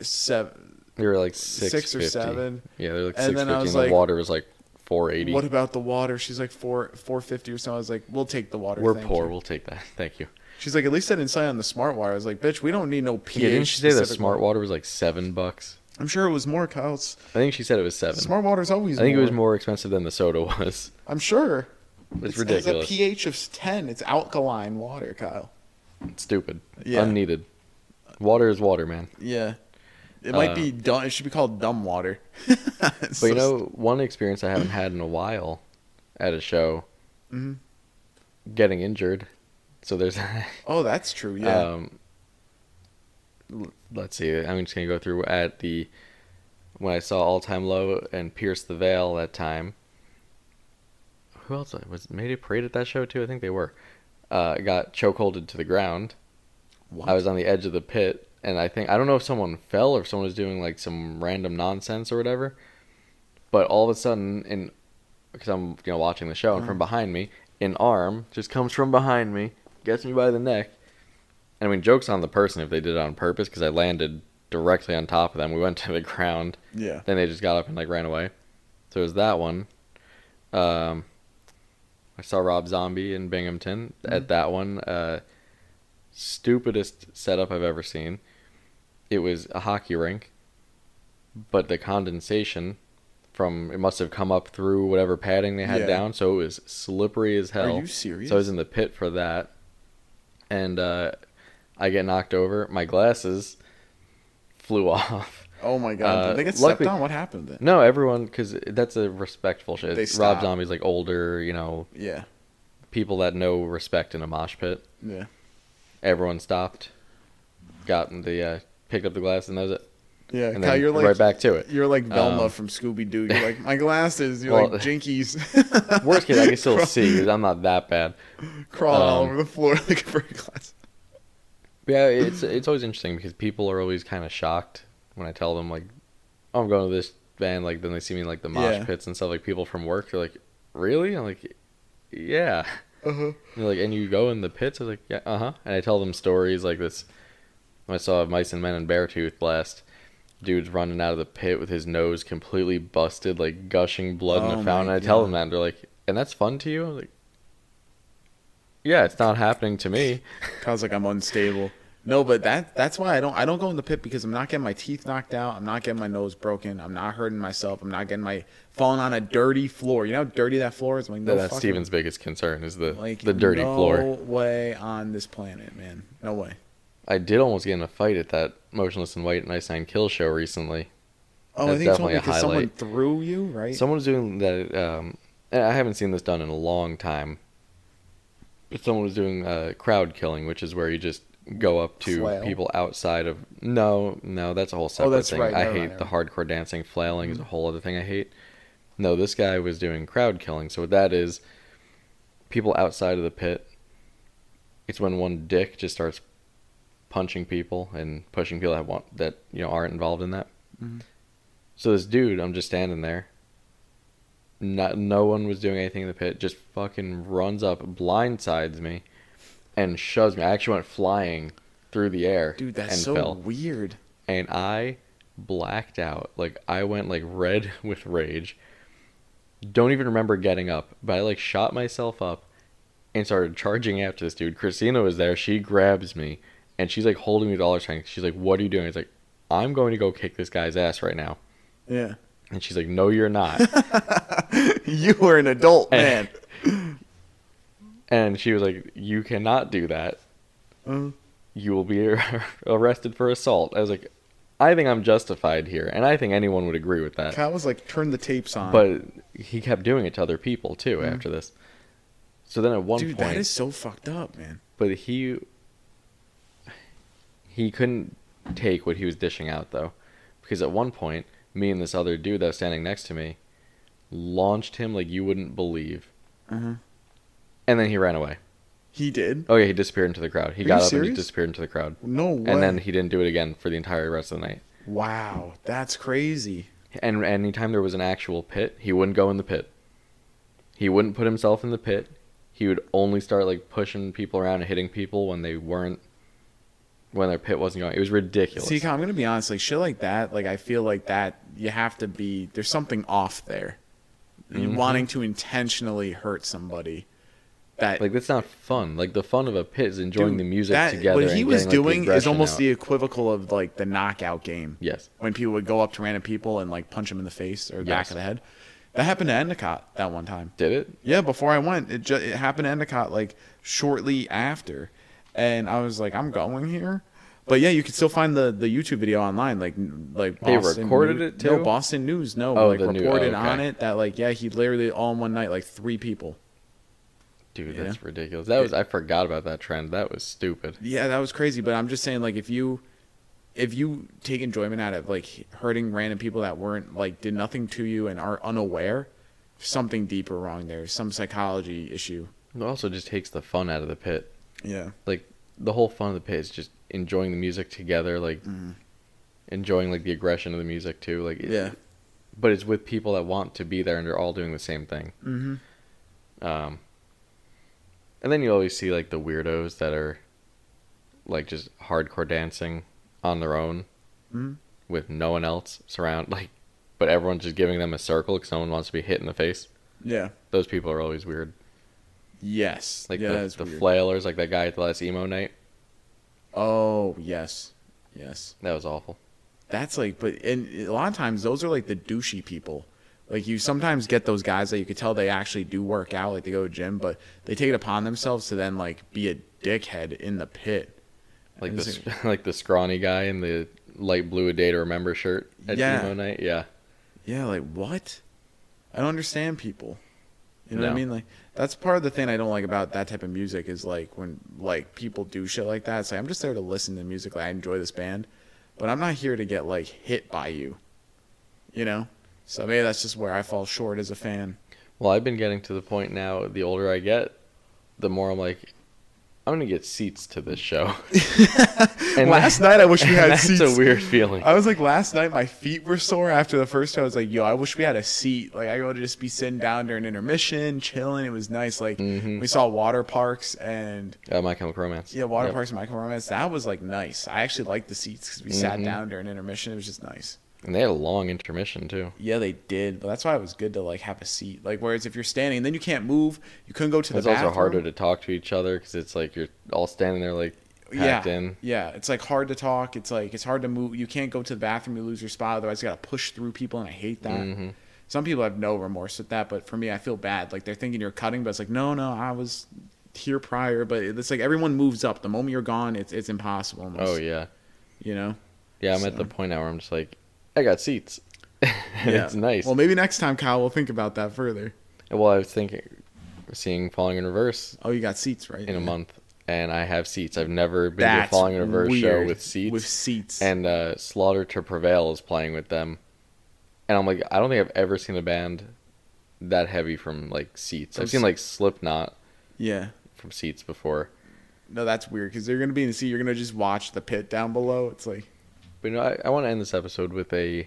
S2: seven.
S1: They were like six,
S2: Six or seven.
S1: Yeah, they're like
S2: And
S1: six
S2: then I
S1: fifty.
S2: was
S1: The
S2: like,
S1: water was like four eighty.
S2: What about the water? She's like four four fifty or so. I was like, we'll take the water.
S1: We're
S2: thank
S1: poor.
S2: you."
S1: We'll take that. Thank you.
S2: She's like, at least I didn't sign on the smart water. I was like, bitch, we don't need no pH.
S1: Yeah, didn't she say that
S2: specific
S1: smart
S2: water.
S1: water was like seven bucks?
S2: I'm sure it was more, Kyle. It's-
S1: I think she said it was seven.
S2: Smart water's always.
S1: I think it was more expensive than the soda was.
S2: I'm sure.
S1: It's
S2: it has
S1: ridiculous.
S2: a pH of ten. It's alkaline water, Kyle.
S1: Stupid.
S2: Yeah.
S1: Unneeded. Water is water, man.
S2: Yeah. It might
S1: Uh,
S2: be dumb. It should be called dumb water. It's
S1: But you
S2: so
S1: know, one experience I haven't had in a while at a show,
S2: Mhm.
S1: getting injured. So there's,
S2: Oh, that's true. Yeah.
S1: um, l- let's see. I'm just gonna go through at the when I saw All Time Low and Pierce the Veil that time. Who else was Mayday Parade at that show too? I think they were. Uh, got chokeholded to the ground.
S2: What?
S1: I was on the edge of the pit, and I think I don't know if someone fell or if someone was doing like some random nonsense or whatever. But all of a sudden, in because I'm you know watching the show, and
S2: Mm-hmm.
S1: from behind me, an arm just comes from behind me, gets me by the neck. And I mean, jokes on the person if they did it on purpose because I landed directly on top of them. We went to the ground.
S2: yeah.
S1: Then they just got up and like ran away. So it was that one. Um, I saw Rob Zombie in Binghamton
S2: Mm-hmm.
S1: at that one. Uh, stupidest setup I've ever seen. It was a hockey rink, but the condensation from it must have come up through whatever padding they had
S2: Yeah.
S1: down, so it was slippery as hell.
S2: Are you serious?
S1: So I was in the pit for that, and uh, I get knocked over. My glasses flew off.
S2: Oh my god!
S1: Uh,
S2: Did they get
S1: luckily-
S2: stepped on? What happened then?
S1: No, everyone, because that's a respectful shit.
S2: They
S1: Rob
S2: stop.
S1: Zombie's like older, you know,
S2: Yeah,
S1: people that know respect in a mosh pit.
S2: yeah.
S1: Everyone stopped, got in the, uh, picked up the glass, and that was it.
S2: Yeah,
S1: And
S2: Kyle,
S1: then
S2: you're like
S1: right back to it.
S2: You're like Velma
S1: Um,
S2: from Scooby Doo. You're like my glasses. You're
S1: Well,
S2: like jinkies.
S1: Worst case, I can still
S2: Crawl-
S1: see. 'cause I'm not that bad.
S2: crawling all
S1: Um,
S2: over the floor looking for a glass.
S1: But yeah, it's it's always interesting because people are always kind of shocked when I tell them like, oh, I'm going to this band. Like then they see me in, like the mosh
S2: Yeah.
S1: pits and stuff. Like people from work, they're like, really? I'm like, yeah.
S2: Uh-huh.
S1: And they're like, and you go in the pits? I was like, yeah, uh huh. And I tell them stories like this. I saw Mice and Men and Beartooth last. Dude's running out of the pit with his nose completely busted, like gushing blood
S2: Oh
S1: in
S2: my
S1: a fountain. I tell
S2: God.
S1: them that, and they're like, and that's fun to you? I'm like, yeah, it's not happening to me.
S2: Kyle's like I'm unstable. No, but that that's why I don't I don't go in the pit because I'm not getting my teeth knocked out. I'm not getting my nose broken. I'm not hurting myself. I'm not getting my falling on a dirty floor. You know how dirty that floor is. I'm like no
S1: that's
S2: fucking-
S1: Steven's biggest concern is the
S2: Like
S1: the dirty
S2: no
S1: floor.
S2: way on this planet, man. No way.
S1: I did almost get in a fight at that Motionless and White and Ice Nine Kill show recently.
S2: Oh,
S1: That's
S2: I think it's only
S1: definitely a
S2: because someone
S1: highlight.
S2: threw you, right?
S1: Someone was doing that. Um, and I haven't seen this done in a long time. But someone was doing uh, crowd killing, which is where you just go up to
S2: Flail. Oh,
S1: people outside of. No, no, that's a whole separate
S2: that's
S1: thing.
S2: right,
S1: I
S2: never
S1: hate
S2: mind,
S1: the hardcore dancing. Flailing
S2: Mm.
S1: is a whole other thing I hate. No, this guy was doing crowd killing. So what that is, people outside of the pit. It's when one dick just starts punching people and pushing people that want that
S2: Mm-hmm.
S1: you know aren't involved in that. So this dude, I'm just standing there, Not, no one was doing anything in the pit. Just fucking runs up, blindsides me, and shoves me. I actually went flying through the air.
S2: Dude, that's
S1: and
S2: so weird.
S1: and I blacked out. Like I went like red with rage. Don't even remember getting up, but I like shot myself up and started charging after this dude. Christina was there. She grabs me and she's like holding me to all her strength. She's like, "What are you doing?" It's like, "I'm going to go kick this guy's ass right now."
S2: Yeah.
S1: And she's like, "No, you're not."
S2: you were an adult man.
S1: And- and she was like, "You cannot do that.
S2: Mhm.
S1: You will be arrested for assault." I was like, "I think I'm justified here, and I think anyone would agree with that."
S2: Kyle was like, turn the tapes on.
S1: But he kept doing it to other people too after this. So then at one
S2: Mm. dude,
S1: point,
S2: that is so fucked up, man.
S1: but he he couldn't take what he was dishing out though, because at one point, me and this other dude that was standing next to me launched him like you wouldn't believe,
S2: Mhm.
S1: and then he ran away.
S2: He did.
S1: Oh yeah, he disappeared into the crowd. He
S2: Are
S1: got
S2: you
S1: up and
S2: serious?
S1: he disappeared into the crowd,
S2: No way.
S1: and then he didn't do it again for the entire rest of the night.
S2: wow, that's crazy.
S1: And anytime there was an actual pit, he wouldn't go in the pit. He wouldn't put himself in the pit. He would only start like pushing people around and hitting people when they weren't, when their pit wasn't going. It was ridiculous.
S2: See, Kyle, I'm gonna be honest. Like shit, like that. Like I feel like that. You have to be. There's something off there. You
S1: Mm-hmm.
S2: Wanting to intentionally hurt somebody. That
S1: like that's not fun. Like the fun of a pit is enjoying
S2: dude,
S1: the music
S2: that-
S1: together.
S2: What he
S1: and
S2: was
S1: getting, like, the
S2: doing is
S1: aggression
S2: almost
S1: out.
S2: the equivocal of like the knockout game.
S1: yes.
S2: when people would go up to random people and like punch them in the face or the back
S1: Yes.
S2: of the head. That happened to Endicott that one time.
S1: Did it?
S2: Yeah, before I went, it ju- it happened to Endicott like shortly after, and I was like, I'm going here. But yeah, you could still find the, the YouTube video online. Like n- like
S1: They recorded
S2: News-
S1: it,
S2: No,
S1: too?
S2: Boston News. No,
S1: Oh,
S2: like
S1: the new- oh,
S2: reported
S1: okay.
S2: on it that like yeah, he literally all in one night like three people.
S1: Dude,
S2: Yeah.
S1: that's ridiculous. That was I forgot about that trend. That was stupid.
S2: Yeah, that was crazy. But I'm just saying, like, if you if you take enjoyment out of like hurting random people that weren't like did nothing to you and are unaware, there's something deeper wrong there. Some psychology issue.
S1: It also just takes the fun out of the pit.
S2: Yeah.
S1: like the whole fun of the pit is just enjoying the music together, like enjoying like the aggression of the music too. Like it-
S2: Mm-hmm. Yeah.
S1: but it's with people that want to be there and they're all doing the same thing.
S2: Mm-hmm.
S1: Um, and then you always see like the weirdos that are like just hardcore dancing on their own
S2: Mhm.
S1: with no one else surround, like, but everyone's just giving them a circle because someone wants to be hit in the face.
S2: Yeah.
S1: Those people are always weird.
S2: Yes.
S1: Like
S2: yeah,
S1: the,
S2: that's
S1: the
S2: weird.
S1: flailers, like that guy at the last emo night.
S2: Oh yes. Yes.
S1: That was awful.
S2: That's like, but and a lot of times those are like the douchey people. Like you sometimes get those guys that you could tell they actually do work out, like they go to gym, but they take it upon themselves to then like be a dickhead in the pit.
S1: like
S2: And
S1: the
S2: it's
S1: sc- like the scrawny guy in the light blue a day to remember shirt at
S2: Yeah.
S1: emo night. Yeah,
S2: Yeah, like what? I don't understand people. You know what I
S1: No.
S2: mean? Like that's part of the thing I don't like about that type of music is like when like people do shit like that. It's like I'm just there to listen to music. Like I enjoy this band, but I'm not here to get like hit by you. You know? So maybe that's just where I fall short as a fan.
S1: Well, I've been getting to the point now. The older I get, the more I'm like, I'm gonna get seats to this show. and
S2: Last night I wish we
S1: and
S2: had
S1: that's
S2: seats.
S1: a weird feeling.
S2: I was like last night my feet were sore after the first show. I was like, yo, I wish we had a seat. Like I would just be sitting down during intermission, chilling. It was nice. Like
S1: Mhm.
S2: we saw water parks and
S1: uh, My Chemical Romance.
S2: yeah, water
S1: Yep.
S2: parks and micro romance. That was like nice. I actually liked the seats because we sat
S1: Mhm.
S2: down during intermission. It was just nice.
S1: And they had a long intermission too.
S2: Yeah, they did, but that's why it was good to like have a seat. Like whereas if you're standing, then you can't move. You couldn't go to the
S1: It's
S2: bathroom.
S1: also harder to talk to each other because it's like you're all standing there like packed
S2: yeah,
S1: in.
S2: yeah. It's like hard to talk. It's like it's hard to move. You can't go to the bathroom. You lose your spot. Otherwise, you got to push through people, and I hate that.
S1: Mhm.
S2: Some people have no remorse with that, but for me, I feel bad. Like they're thinking you're cutting, but it's like no, no, I was here prior. But it's like everyone moves up. The moment you're gone, it's it's impossible. Almost,
S1: Oh yeah,
S2: you know.
S1: yeah. I'm at the
S2: So-
S1: point now where I'm just like, I got seats. It's nice.
S2: Well, maybe next time, Kyle, we'll think about that further.
S1: well, I was thinking, seeing Falling in Reverse
S2: Oh, you got seats, right?
S1: in a month, and I have seats. I've never been to a
S2: That's
S1: Falling in Reverse show
S2: weird.
S1: with seats.
S2: With seats.
S1: and uh, Slaughter to Prevail is playing with them, and I'm like, I don't think I've ever seen a band that heavy from like seats. I've
S2: Those-
S1: seen like Slipknot
S2: yeah.
S1: from seats before,
S2: No, that's weird because you're gonna be in the seat. You're gonna just watch the pit down below. It's like
S1: but you know, I, I want to end this episode with a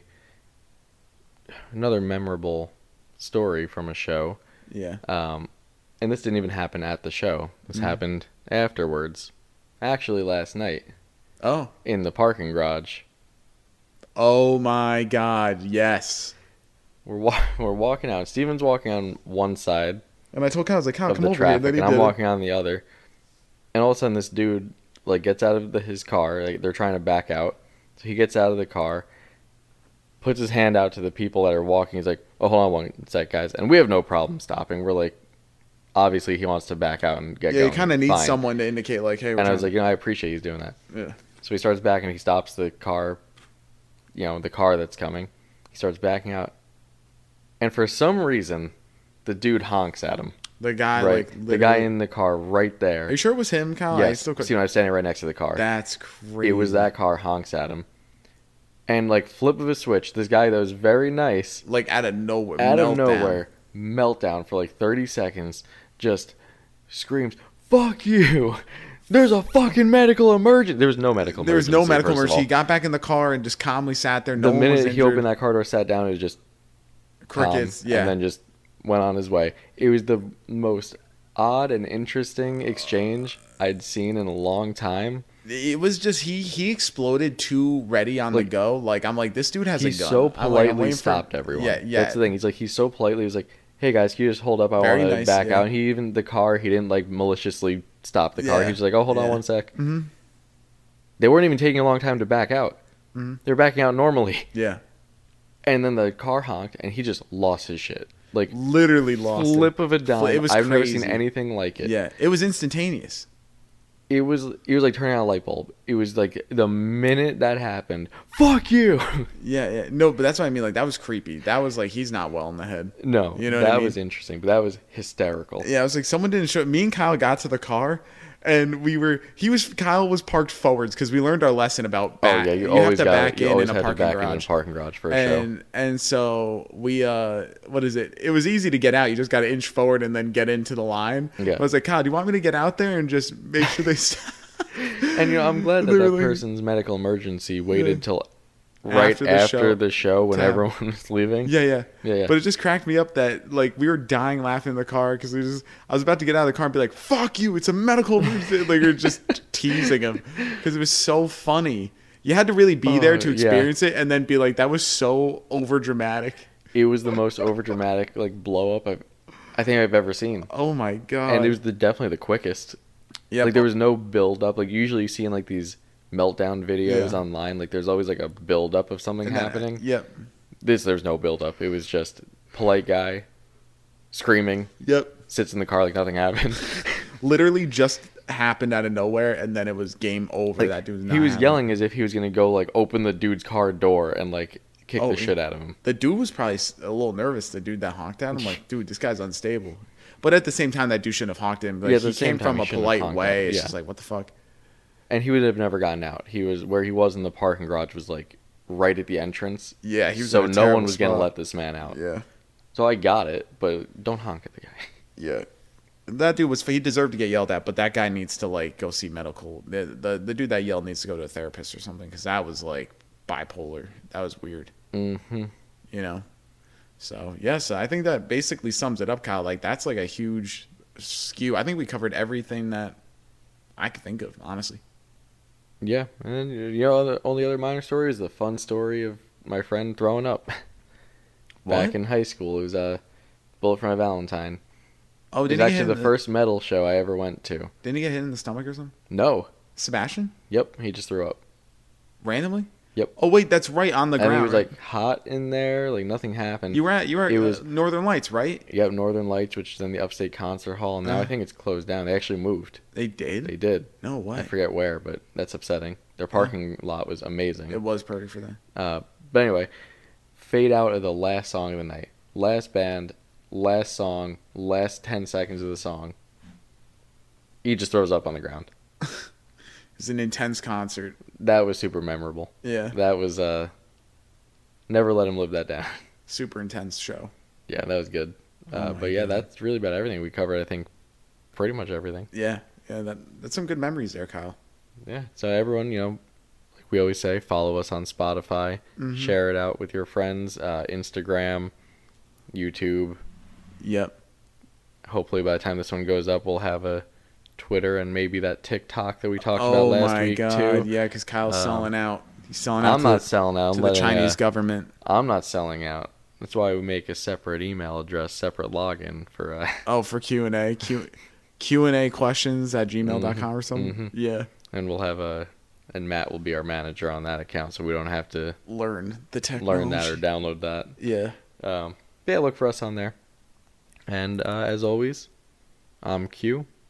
S1: another memorable story from a show.
S2: Yeah.
S1: Um, and this didn't even happen at the show. This happened afterwards. Actually, last night
S2: Oh.
S1: in the parking garage,
S2: Oh my God. Yes.
S1: we're wa- we're walking out. Steven's walking on one side
S2: And I told Kyle, I was like, Kyle,
S1: of
S2: come
S1: the
S2: over here.
S1: traffic,
S2: And then he
S1: and I'm
S2: did. it.
S1: walking on the other. And all of a sudden, this dude like gets out of the, his car. Like they're trying to back out, so he gets out of the car, puts his hand out to the people that are walking. He's like, "Oh, hold on one sec, guys." And we have no problem stopping. We're like, obviously, he wants to back out and get
S2: Yeah,
S1: going.
S2: you kind of need
S1: Fine.
S2: someone to indicate, like, hey, we're
S1: And I was
S2: trying-
S1: like, you know, I appreciate he's doing that.
S2: Yeah.
S1: So he starts backing. He stops the car, you know, the car that's coming. He starts backing out, and for some reason, the dude honks at him.
S2: the guy,
S1: right,
S2: like,
S1: the guy
S2: literally-
S1: in the car right there.
S2: Are you sure it was him, Kyle? I
S1: yes,
S2: still
S1: see, when I was standing right next to the car,
S2: That's crazy.
S1: it was that car honks at him, and like flip of a switch, this guy that was very nice
S2: Like out of nowhere.
S1: out
S2: meltdown.
S1: of nowhere meltdown for like 30 seconds just screams fuck you there's a fucking medical emergency there was no medical
S2: There was
S1: emergency
S2: no medical
S1: first of
S2: emergency. He
S1: all.
S2: got back in the car and just calmly sat there.
S1: the
S2: No one
S1: minute
S2: was
S1: he
S2: injured.
S1: opened that car door sat down it was just calm,
S2: crickets. yeah.
S1: Um, and then just went on his way it was the most odd and interesting exchange i'd seen in a long time
S2: it was just he he exploded too ready on the
S1: Like,
S2: go. Like I'm like this dude has
S1: he's
S2: a gun.
S1: so
S2: I'm like, I'm
S1: politely
S2: waiting for-
S1: stopped everyone
S2: Yeah, yeah.
S1: that's the thing he's like he's so politely he's like hey guys can you just hold up i
S2: Very
S1: want to
S2: nice,
S1: back
S2: yeah.
S1: out and he even the car he didn't like maliciously stop the car
S2: Yeah,
S1: he was like oh hold
S2: yeah.
S1: on one sec
S2: hmm
S1: they weren't even taking a long time to back out.
S2: Mhm.
S1: They're backing out normally,
S2: Yeah,
S1: and then the car honked, and he just lost his shit. Like
S2: literally lost. it.
S1: flip of a dime.
S2: Fli- it was
S1: I've never
S2: crazy.
S1: seen anything like it.
S2: Yeah, it was instantaneous.
S1: It was it was like turning on a light bulb. It was like the minute that happened, fuck you.
S2: Yeah, yeah. No, but that's what I mean. Like that was creepy. That was like he's not well in the head.
S1: no,
S2: You know what I
S1: that
S2: mean?
S1: was interesting, but that was hysterical.
S2: Yeah, I was like, someone didn't show. Me and Kyle got to the car, and we were he was Kyle was parked forwards because we learned our lesson about
S1: Oh
S2: back.
S1: yeah, you,
S2: you, have
S1: always
S2: to
S1: gotta-
S2: back
S1: you
S2: in
S1: always
S2: in a
S1: had to
S2: parking
S1: back in a
S2: garage.
S1: parking garage for a show.
S2: and and so we uh what is it it was easy to get out you just got to inch forward and then get into the line
S1: Yeah.
S2: i was like kyle do you want me to get out there and just make sure they stop
S1: And you know, I'm glad that that
S2: Literally.
S1: person's medical emergency waited till right
S2: After
S1: after
S2: the
S1: the,
S2: show
S1: show, when
S2: to have-
S1: everyone was leaving.
S2: yeah, yeah
S1: Yeah, yeah.
S2: but it just cracked me up that like we were dying laughing in the car because we just i was about to get out of the car and be like fuck you it's a medical emergency like we are just teasing him because it was so funny you had to really be there
S1: Oh,
S2: to
S1: yeah.
S2: experience it and then be like that was so over dramatic
S1: It was the most overdramatic like blow up I've, I think I've ever seen,
S2: oh my god
S1: and it was the definitely the quickest.
S2: yeah
S1: like there was no build up. Like usually you see in like these meltdown videos
S2: Yeah.
S1: online, like there's always like a build up of something happening.
S2: yep
S1: This there's no build up. It was just polite guy screaming,
S2: yep
S1: sits in the car like nothing happened.
S2: literally just happened out of nowhere, and then it was game over.
S1: Like,
S2: that dude, was not
S1: he was
S2: having it.
S1: yelling as if he was gonna go like open the dude's car door and like kick
S2: Oh,
S1: the
S2: he-
S1: shit out of him.
S2: The dude was probably s- a little nervous. The dude that honked at him, like, dude, this guy's unstable. But at the same time, that dude shouldn't have honked at him. Like,
S1: Yeah, at the
S2: he
S1: same
S2: came
S1: time,
S2: from
S1: he
S2: a
S1: shouldn't have
S2: polite
S1: honked at
S2: way.
S1: him.
S2: It's
S1: Yeah.
S2: just like, what the fuck?
S1: And he would have never gotten out. He was where he was in the parking garage was like right at the entrance.
S2: Yeah, he was
S1: so
S2: in a
S1: no
S2: terrible
S1: one was gonna
S2: spot.
S1: let this man out.
S2: Yeah,
S1: So I got it, but don't honk at the guy.
S2: yeah. That dude was. He deserved to get yelled at, but that guy needs to like go see medical. The the, the dude that yelled needs to go to a therapist or something because that was like bipolar. That was weird.
S1: Mm-hmm.
S2: you know so yes i think that basically sums it up kyle like that's like a huge skew i think we covered everything that i could think of honestly
S1: Yeah, and then, you know, the only other minor story is the fun story of my friend throwing up back
S2: What?
S1: in high school. It was a bullet for my Valentine.
S2: oh
S1: It was
S2: didn't he, get
S1: actually
S2: hit
S1: the
S2: in
S1: first metal show I ever went to.
S2: didn't he get hit in the stomach or something
S1: No,
S2: sebastian
S1: yep, he just threw up,
S2: randomly
S1: Yep.
S2: oh wait that's right on the
S1: and
S2: ground
S1: he was
S2: right?
S1: like hot in there, like nothing happened.
S2: you were at you were at
S1: it
S2: uh,
S1: was-
S2: northern lights right
S1: you have Northern Lights, which is in the Upstate Concert Hall, and now
S2: Uh.
S1: I think it's closed down. They actually moved.
S2: they did
S1: They did.
S2: no
S1: I
S2: way
S1: forget where, but that's upsetting. Their parking lot was amazing.
S2: it was perfect for that
S1: Uh, but anyway, fade out of the last song of the night. Last band, last song, last 10 seconds of the song. He just throws up on the ground.
S2: it was an intense concert
S1: That was super memorable.
S2: yeah
S1: That was, uh, never let him live that down.
S2: super intense show
S1: yeah, that was good.
S2: Oh
S1: Uh,
S2: my
S1: but yeah,
S2: God.
S1: that's really about everything. We covered, I think, pretty much everything.
S2: yeah yeah that, that's some good memories there kyle
S1: Yeah. So everyone, you know, like we always say, follow us on Spotify,
S2: Mhm.
S1: share it out with your friends, uh, Instagram, YouTube.
S2: Yep.
S1: Hopefully, by the time this one goes up, we'll have a Twitter and maybe that TikTok that we talked
S2: Oh
S1: about last
S2: my
S1: week too.
S2: god. Yeah, because Kyle's
S1: Um,
S2: selling out. He's selling out
S1: I'm
S2: to,
S1: not
S2: the,
S1: selling out. I'm
S2: to the
S1: letting, uh,
S2: Chinese government.
S1: I'm not selling out. That's why we make a separate email address, separate login for. Uh,
S2: Oh, for Q and A, Q Q and A questions at gmail.com or something.
S1: mhm.
S2: Yeah.
S1: and we'll have a and Matt will be our manager on that account, so we don't have to
S2: Learn the technology.
S1: learn that or download that.
S2: Yeah.
S1: Um, yeah, look for us on there. And uh, as always, I'm Q,